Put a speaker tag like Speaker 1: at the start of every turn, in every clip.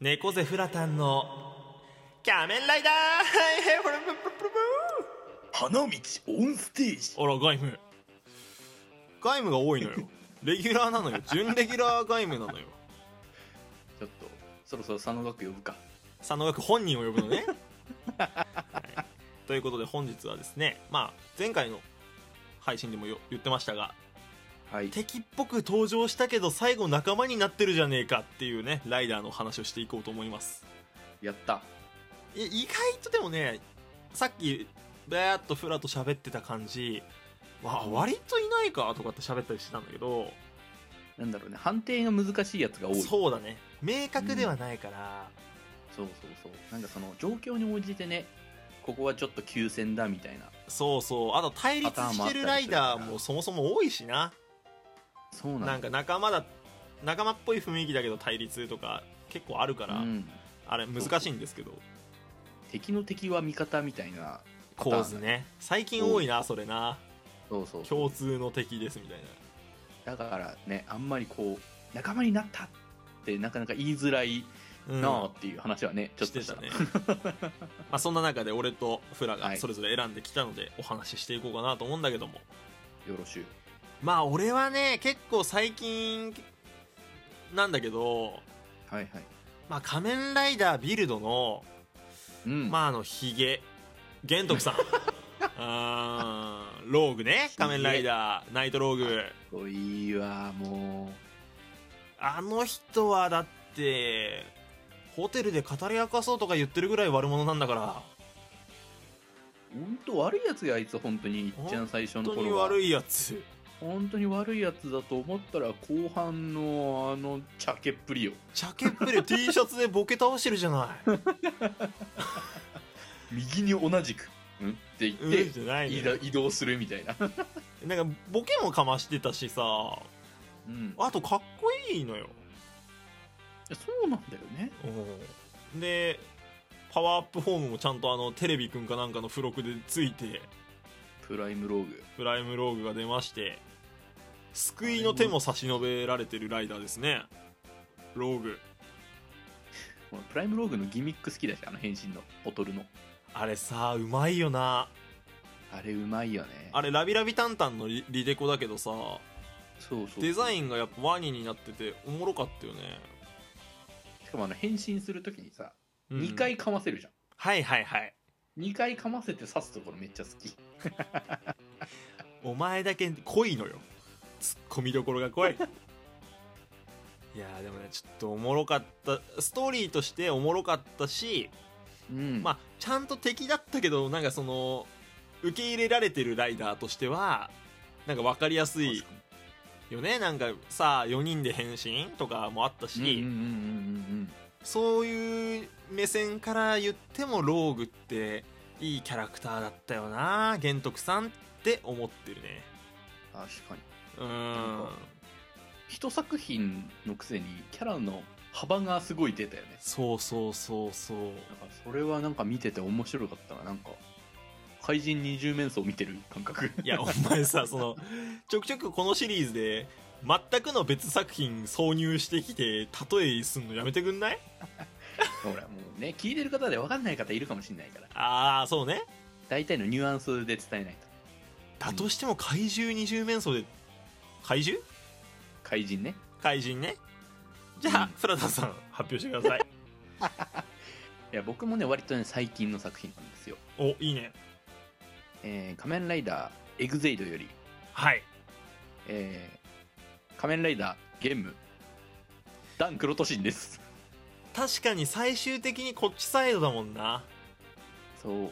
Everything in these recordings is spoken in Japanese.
Speaker 1: 猫背フラタンのキャメンライダー
Speaker 2: 花道オンステージ
Speaker 1: あら外務外務が多いのよレギュラーなのよ準レギュラー外務なのよ
Speaker 3: ちょっとそろそろ佐野学呼ぶか
Speaker 1: 佐野岳本人を呼ぶのね、 はいということで本日はですねまあ前回の配信でもよ言ってましたが
Speaker 3: はい
Speaker 1: 敵っぽく登場したけど最後仲間になってるじゃねえかっていうねライダーの話をしていこうと思います
Speaker 3: やった
Speaker 1: いや意外とでもねさっきバーっとフラと喋ってた感じわあ割といないかとかって喋ったりしてたんだけど
Speaker 3: なんだろうね判定が難しいやつが多いそう
Speaker 1: そうだね明確ではないから、
Speaker 3: そうそうなんかその状況に応じてねここはちょっと急戦だみたいな
Speaker 1: そうそうあと対立してるライダーもそもそも多いしな
Speaker 3: そうなんだ
Speaker 1: なんか仲間だ仲間っぽい雰囲気だけど対立とか結構あるから、
Speaker 3: うん、
Speaker 1: あれ難しいんですけど
Speaker 3: 敵の敵は味方みたいな
Speaker 1: 構図ね最近多いなそれな
Speaker 3: そうそうそう
Speaker 1: 共通の敵ですみたい
Speaker 3: だからねあんまりこう仲間になったってなかなか言いづらい
Speaker 1: な、うん
Speaker 3: なあっていう話はね、ちょっと
Speaker 1: して
Speaker 3: した
Speaker 1: たね まあそんな中で俺とフラ
Speaker 3: は
Speaker 1: が
Speaker 3: い
Speaker 1: それぞれ選んできたのでお話ししていこうかなと思うんだけども
Speaker 3: よろしゅう
Speaker 1: まあ俺はね結構最近なんだけど、
Speaker 3: はいはい
Speaker 1: まあ、仮面ライダービルドの
Speaker 3: うん
Speaker 1: まああのヒゲ玄 徳さんあーローグね仮面ライダーナイトローグ
Speaker 3: あいいわも
Speaker 1: あの人はだってホテルで語り明かそうとか言ってるぐらい悪者なんだから
Speaker 3: う本当悪いやつやあいつ本当にいっちゃん最初の
Speaker 1: 本当に
Speaker 3: 頃は
Speaker 1: 悪いやつ
Speaker 3: 本当に悪いやつだと思ったら後半のあの茶けっぷりよ
Speaker 1: ジャケっぺり T シャツでボケ倒してるじゃない
Speaker 3: 右に同じくうんって言っ
Speaker 1: うん
Speaker 3: て、
Speaker 1: じゃない
Speaker 3: 移
Speaker 1: ね
Speaker 3: 動移動するみたいな
Speaker 1: なんかボケもかましてたしさあ
Speaker 3: うん
Speaker 1: とかっこいいのよ、
Speaker 3: そうなんだよね
Speaker 1: でパワーアップフォームもちゃんとあのテレビくんかなんかの付録でついて
Speaker 3: プライムローグ
Speaker 1: プライムローグが出まして救いの手も差し伸べられてるライダーですねローグ
Speaker 3: このプライムローグのギミック好きだしあの変身のボトルの
Speaker 1: あれさうまいよな
Speaker 3: あれうまいよね
Speaker 1: あれラビラビタンタンのリリデコだけどさ
Speaker 3: そうそう
Speaker 1: デザイ
Speaker 3: ン
Speaker 1: ンがやっぱワニになってておもろかったよね、
Speaker 3: しかもあの変身するときにさ、
Speaker 1: うん
Speaker 3: 2回かませるじゃん
Speaker 1: はいはいはい
Speaker 3: 2回かませて刺すところめっちゃ好き
Speaker 1: お前だけ濃いのよツッコミどころが濃い いやーでもねちょっとおもろかったストーリーとしておもろかったし、
Speaker 3: うん
Speaker 1: まあちゃんと敵だったけどなんかその受け入れられてるライダーとしてはなんか分かりやすいよねなんかさあ4人で変身とかもあったし、
Speaker 3: うんうんうんうんうん
Speaker 1: そういう目線から言ってもローグっていいキャラクターだったよな玄徳さんって思ってるね
Speaker 3: 確かに
Speaker 1: うーん
Speaker 3: 一作品のくせにキャラの幅がすごい出たよね
Speaker 1: そうそうそうそう
Speaker 3: なんかそれはなんか見てて面白かったななんか怪人二重面相見てる感覚
Speaker 1: いやお前さそのちょくちょくこのシリーズで全くの別作品挿入してきて例えすんのやめてくんない
Speaker 3: ほらもうね聞いてる方で分かんない方いるかもしれないから
Speaker 1: ああそうね
Speaker 3: 大体のニュアンスで伝えないと
Speaker 1: だとしても怪獣二重面相で怪獣
Speaker 3: 怪人ね
Speaker 1: 怪人ねじゃあ、
Speaker 3: うん
Speaker 1: プラダさん発表してください
Speaker 3: いや僕もね割とね最近の作品なんですよ
Speaker 1: おいいね
Speaker 3: 「えー仮面ライダーエグゼイド」より
Speaker 1: はい
Speaker 3: 「えー仮面ライダーゲーム」ダン・クロトシンです
Speaker 1: 確かに最終的にこっちサイドだもんな
Speaker 3: そう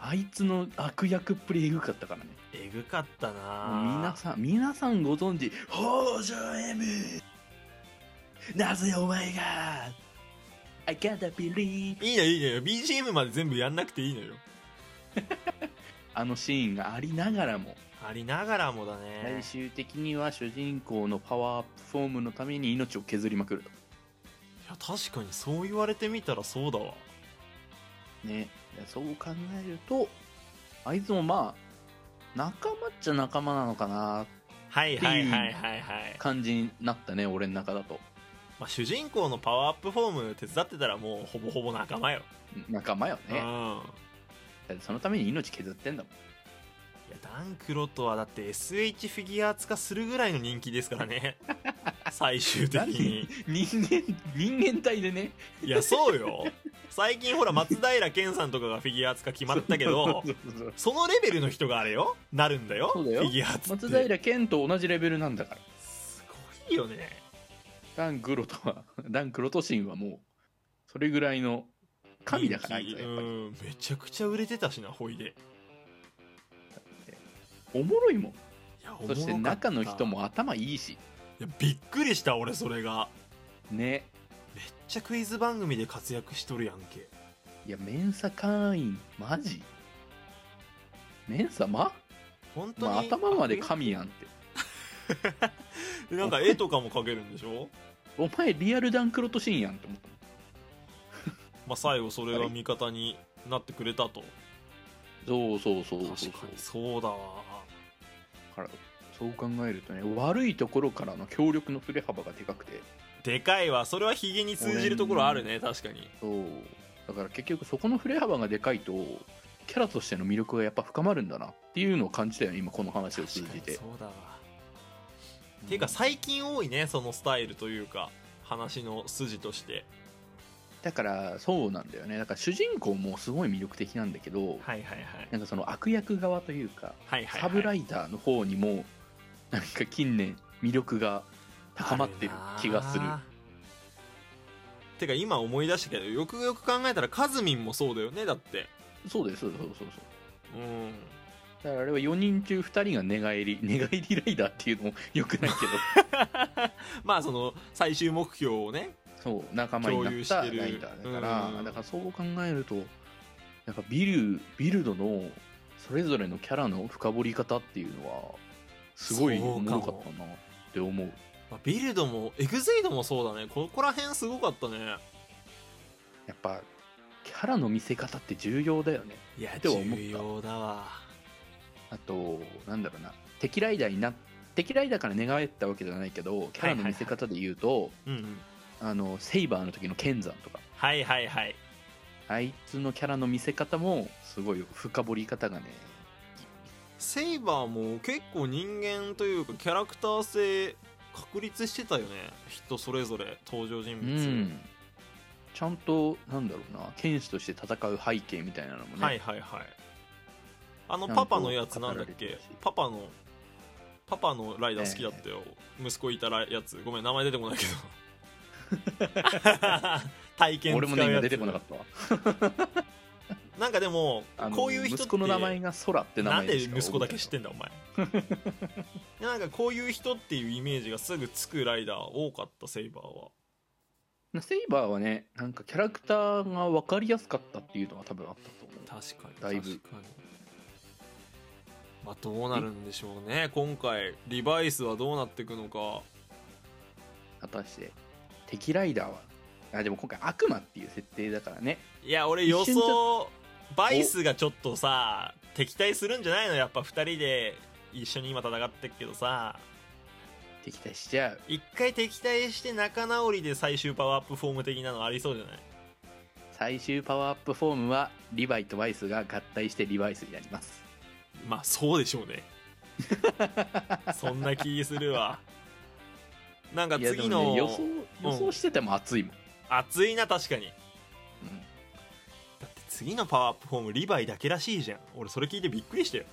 Speaker 3: あいつの悪役っぷりエグかったからね
Speaker 1: えぐかった
Speaker 3: もう皆
Speaker 1: な
Speaker 3: さん皆さんご存知「北条 M」なぜお前が I gotta believe
Speaker 1: いいねいいね BGM まで全部やんなくていいのよ
Speaker 3: あのシーンがありながらも
Speaker 1: ありながらもだね
Speaker 3: 最終的には主人公のパワーアップフォームのために命を削りまくると
Speaker 1: いや確かにそう言われてみたらそうだわ
Speaker 3: ねそう考えるとあいつもまあ仲間っちゃ仲間なのかな
Speaker 1: はいはいはいはいはい
Speaker 3: 感じになったね俺の中だと
Speaker 1: まあ、主人公のパワーアップフォーム手伝ってたらもうほぼほぼ仲間よ、
Speaker 3: 仲間よ
Speaker 1: うん
Speaker 3: ねだってそのために命削ってんだもん
Speaker 1: いやダンクロとはだって SH フィギュアーツ化するぐらいの人気ですからね 最終的に
Speaker 3: 人間人間体でね
Speaker 1: いやそうよ最近ほら松平健さんとかがフィギュアーツ化決まったけ ど
Speaker 3: そうそうそう
Speaker 1: そのレベルの人があれよなるんだよ
Speaker 3: そうだよ
Speaker 1: フィギュアーツって
Speaker 3: 松平健と同じレベルなんだから
Speaker 1: すごいよね
Speaker 3: ダン・グロとは ダン・クロトシンはもうそれぐらいの神だからあい
Speaker 1: 人
Speaker 3: つは
Speaker 1: 気
Speaker 3: やっぱり
Speaker 1: うんめちゃくちゃ売れてたしなほいで
Speaker 3: おもろいもん
Speaker 1: いや
Speaker 3: そして
Speaker 1: おもろかった
Speaker 3: 中の人も頭いいし
Speaker 1: いやびっくりした俺それが
Speaker 3: ね
Speaker 1: めっちゃクイズ番組で活躍しとるやんけ
Speaker 3: いやメンサ会員マジメンサま、
Speaker 1: 本当に、
Speaker 3: まあ、頭まで神やんって
Speaker 1: でなんか絵とかも描けるんでし ょ
Speaker 3: お前リアルダンクロトシンやんって思った
Speaker 1: まあ、最後それが味方になってくれたと
Speaker 3: そうそうそうそうそう
Speaker 1: 確かにそうだわ
Speaker 3: からそう考えるとね悪いところからの協力の振れ幅がでかくて
Speaker 1: でかいわそれはヒゲに通じるところあるね確かに
Speaker 3: そうだから結局そこの振れ幅がでかいとキャラとしての魅力がやっぱ深まるんだなっていうのを感じたよね今この話を通じて
Speaker 1: 確かにそうだわ、っていうか最近多いねそのスタイルというか話の筋として
Speaker 3: だからそうなんだよねだから主人公もすごい魅力的なんだけど
Speaker 1: はいはいはい
Speaker 3: なんかその悪役側というか
Speaker 1: はいはい、
Speaker 3: サブライダーの方にもなんか近年魅力が高まってる気がする
Speaker 1: あなてか今思い出したけどよくよく考えたらカズミンもそうだよねだって
Speaker 3: そうですそうですそうですそうです
Speaker 1: うん
Speaker 3: だからあれは4人中2人が寝返り 寝返りライダーっていうのもよくないけど
Speaker 1: まあその最終目標をね
Speaker 3: そう仲間になったラ
Speaker 1: 共有してる
Speaker 3: イダーだから、
Speaker 1: うん
Speaker 3: だからそう考えるとなんかビルビルドのそれぞれのキャラの深掘り方っていうのはすごい
Speaker 1: そうか
Speaker 3: 面
Speaker 1: も
Speaker 3: 白かったなって思う
Speaker 1: まあビルドもエグゼイドもそうだねここら辺すごかったね
Speaker 3: やっぱキャラの見せ方って重要だよね
Speaker 1: いや
Speaker 3: て思った
Speaker 1: 重要だわ
Speaker 3: あとなんだろうな敵ライダーにな敵ライダーから寝返ったわけじゃないけどキャラの見せ方で言うと、
Speaker 1: うんうん
Speaker 3: あのセイバーの時の剣山とか
Speaker 1: はいはいはい
Speaker 3: あいつのキャラの見せ方もすごい深掘り方がね
Speaker 1: セイバーも結構人間というかキャラクター性確立してたよね人それぞれ登場人
Speaker 3: う
Speaker 1: 物、
Speaker 3: んちゃんとなんだろうな剣士として戦う背景みたいなのもね、
Speaker 1: はいはいはいあの
Speaker 3: ちゃん
Speaker 1: パ
Speaker 3: と
Speaker 1: パのやつなんだっ
Speaker 3: 語られて
Speaker 1: け
Speaker 3: るし
Speaker 1: パパのパパのライダー好きだったよ、息子いたらやつごめん名前出てこないけど 体験使うやつ
Speaker 3: 俺もね今出てこなかったわ
Speaker 1: なんかでも
Speaker 3: あの
Speaker 1: こういう人って
Speaker 3: 息子の名前が空って名
Speaker 1: な
Speaker 3: 前
Speaker 1: んで
Speaker 3: しか
Speaker 1: 息子だけ知って
Speaker 3: 覚
Speaker 1: んだお 前でなんかこういう人っていうイメージがすぐつくライダー多かったセイバーは
Speaker 3: えてないセイバーはねなんかキャラクターが分かりやすかったっていうのは多分あったと思う
Speaker 1: 確かに
Speaker 3: だいぶ
Speaker 1: 確かにまあどうなるんでしょうね今回リバイスはどうなっていくのか
Speaker 3: 果たして敵ライダーはあでも今回悪魔っていう設定だからね
Speaker 1: いや俺予想バイスがちょっとさ敵対するんじゃないのやっぱ2人で一緒に今戦ってるけどさ
Speaker 3: 敵対しちゃう
Speaker 1: 一回敵対して仲直りで最終パワーアップフォーム的なのありそうじゃない
Speaker 3: 最終パワーアップフォームはリヴァイとバイスが合体してリヴァイスになります
Speaker 1: まあそうでしょう ねそんな気するわなんか
Speaker 3: いやで
Speaker 1: 次
Speaker 3: も
Speaker 1: の、
Speaker 3: ね、予想予想してても熱いもん、
Speaker 1: 熱いな確かに
Speaker 3: うん
Speaker 1: だって次のパワーアップフォームリヴァイだけらしいじゃん俺それ聞いてびっくりしたよ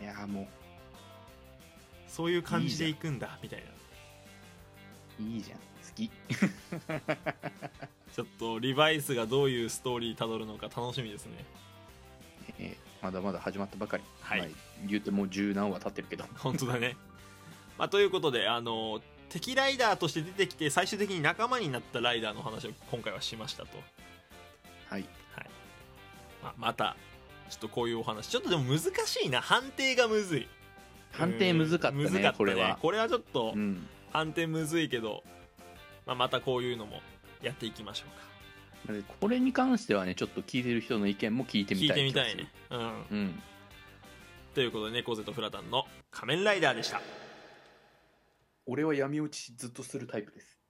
Speaker 3: いやも
Speaker 1: そういう感じでいくんだみたいな
Speaker 3: ういいじゃん好 き
Speaker 1: ちょっとリバイスがどういうストーリーたどるのか楽しみですね
Speaker 3: えーまだまだ始まったばかり、
Speaker 1: はい
Speaker 3: まあ言うてもう十何話経ってるけど
Speaker 1: 本当だね、まあ、ということであの敵ライダーとして出てきて最終的に仲間になったライダーの話を今回はしましたと、
Speaker 3: はい
Speaker 1: まあまたちょっとこういうお話ちょっとでも難しいな判定がむずい
Speaker 3: 判定難かったね
Speaker 1: うん
Speaker 3: これは
Speaker 1: これはちょっと
Speaker 3: うん
Speaker 1: 判定むずいけど、まあ、またこういうのもやっていきましょうか
Speaker 3: でこれに関してはねちょっと聞いてる人の意見も聞いてみ
Speaker 1: 聞い
Speaker 3: たい
Speaker 1: てみた
Speaker 3: 気
Speaker 1: い
Speaker 3: が
Speaker 1: ねうん
Speaker 3: するうん
Speaker 1: ということで猫背とフラタンの「仮面ライダー」でした
Speaker 3: 俺は闇落ちずっとするタイプです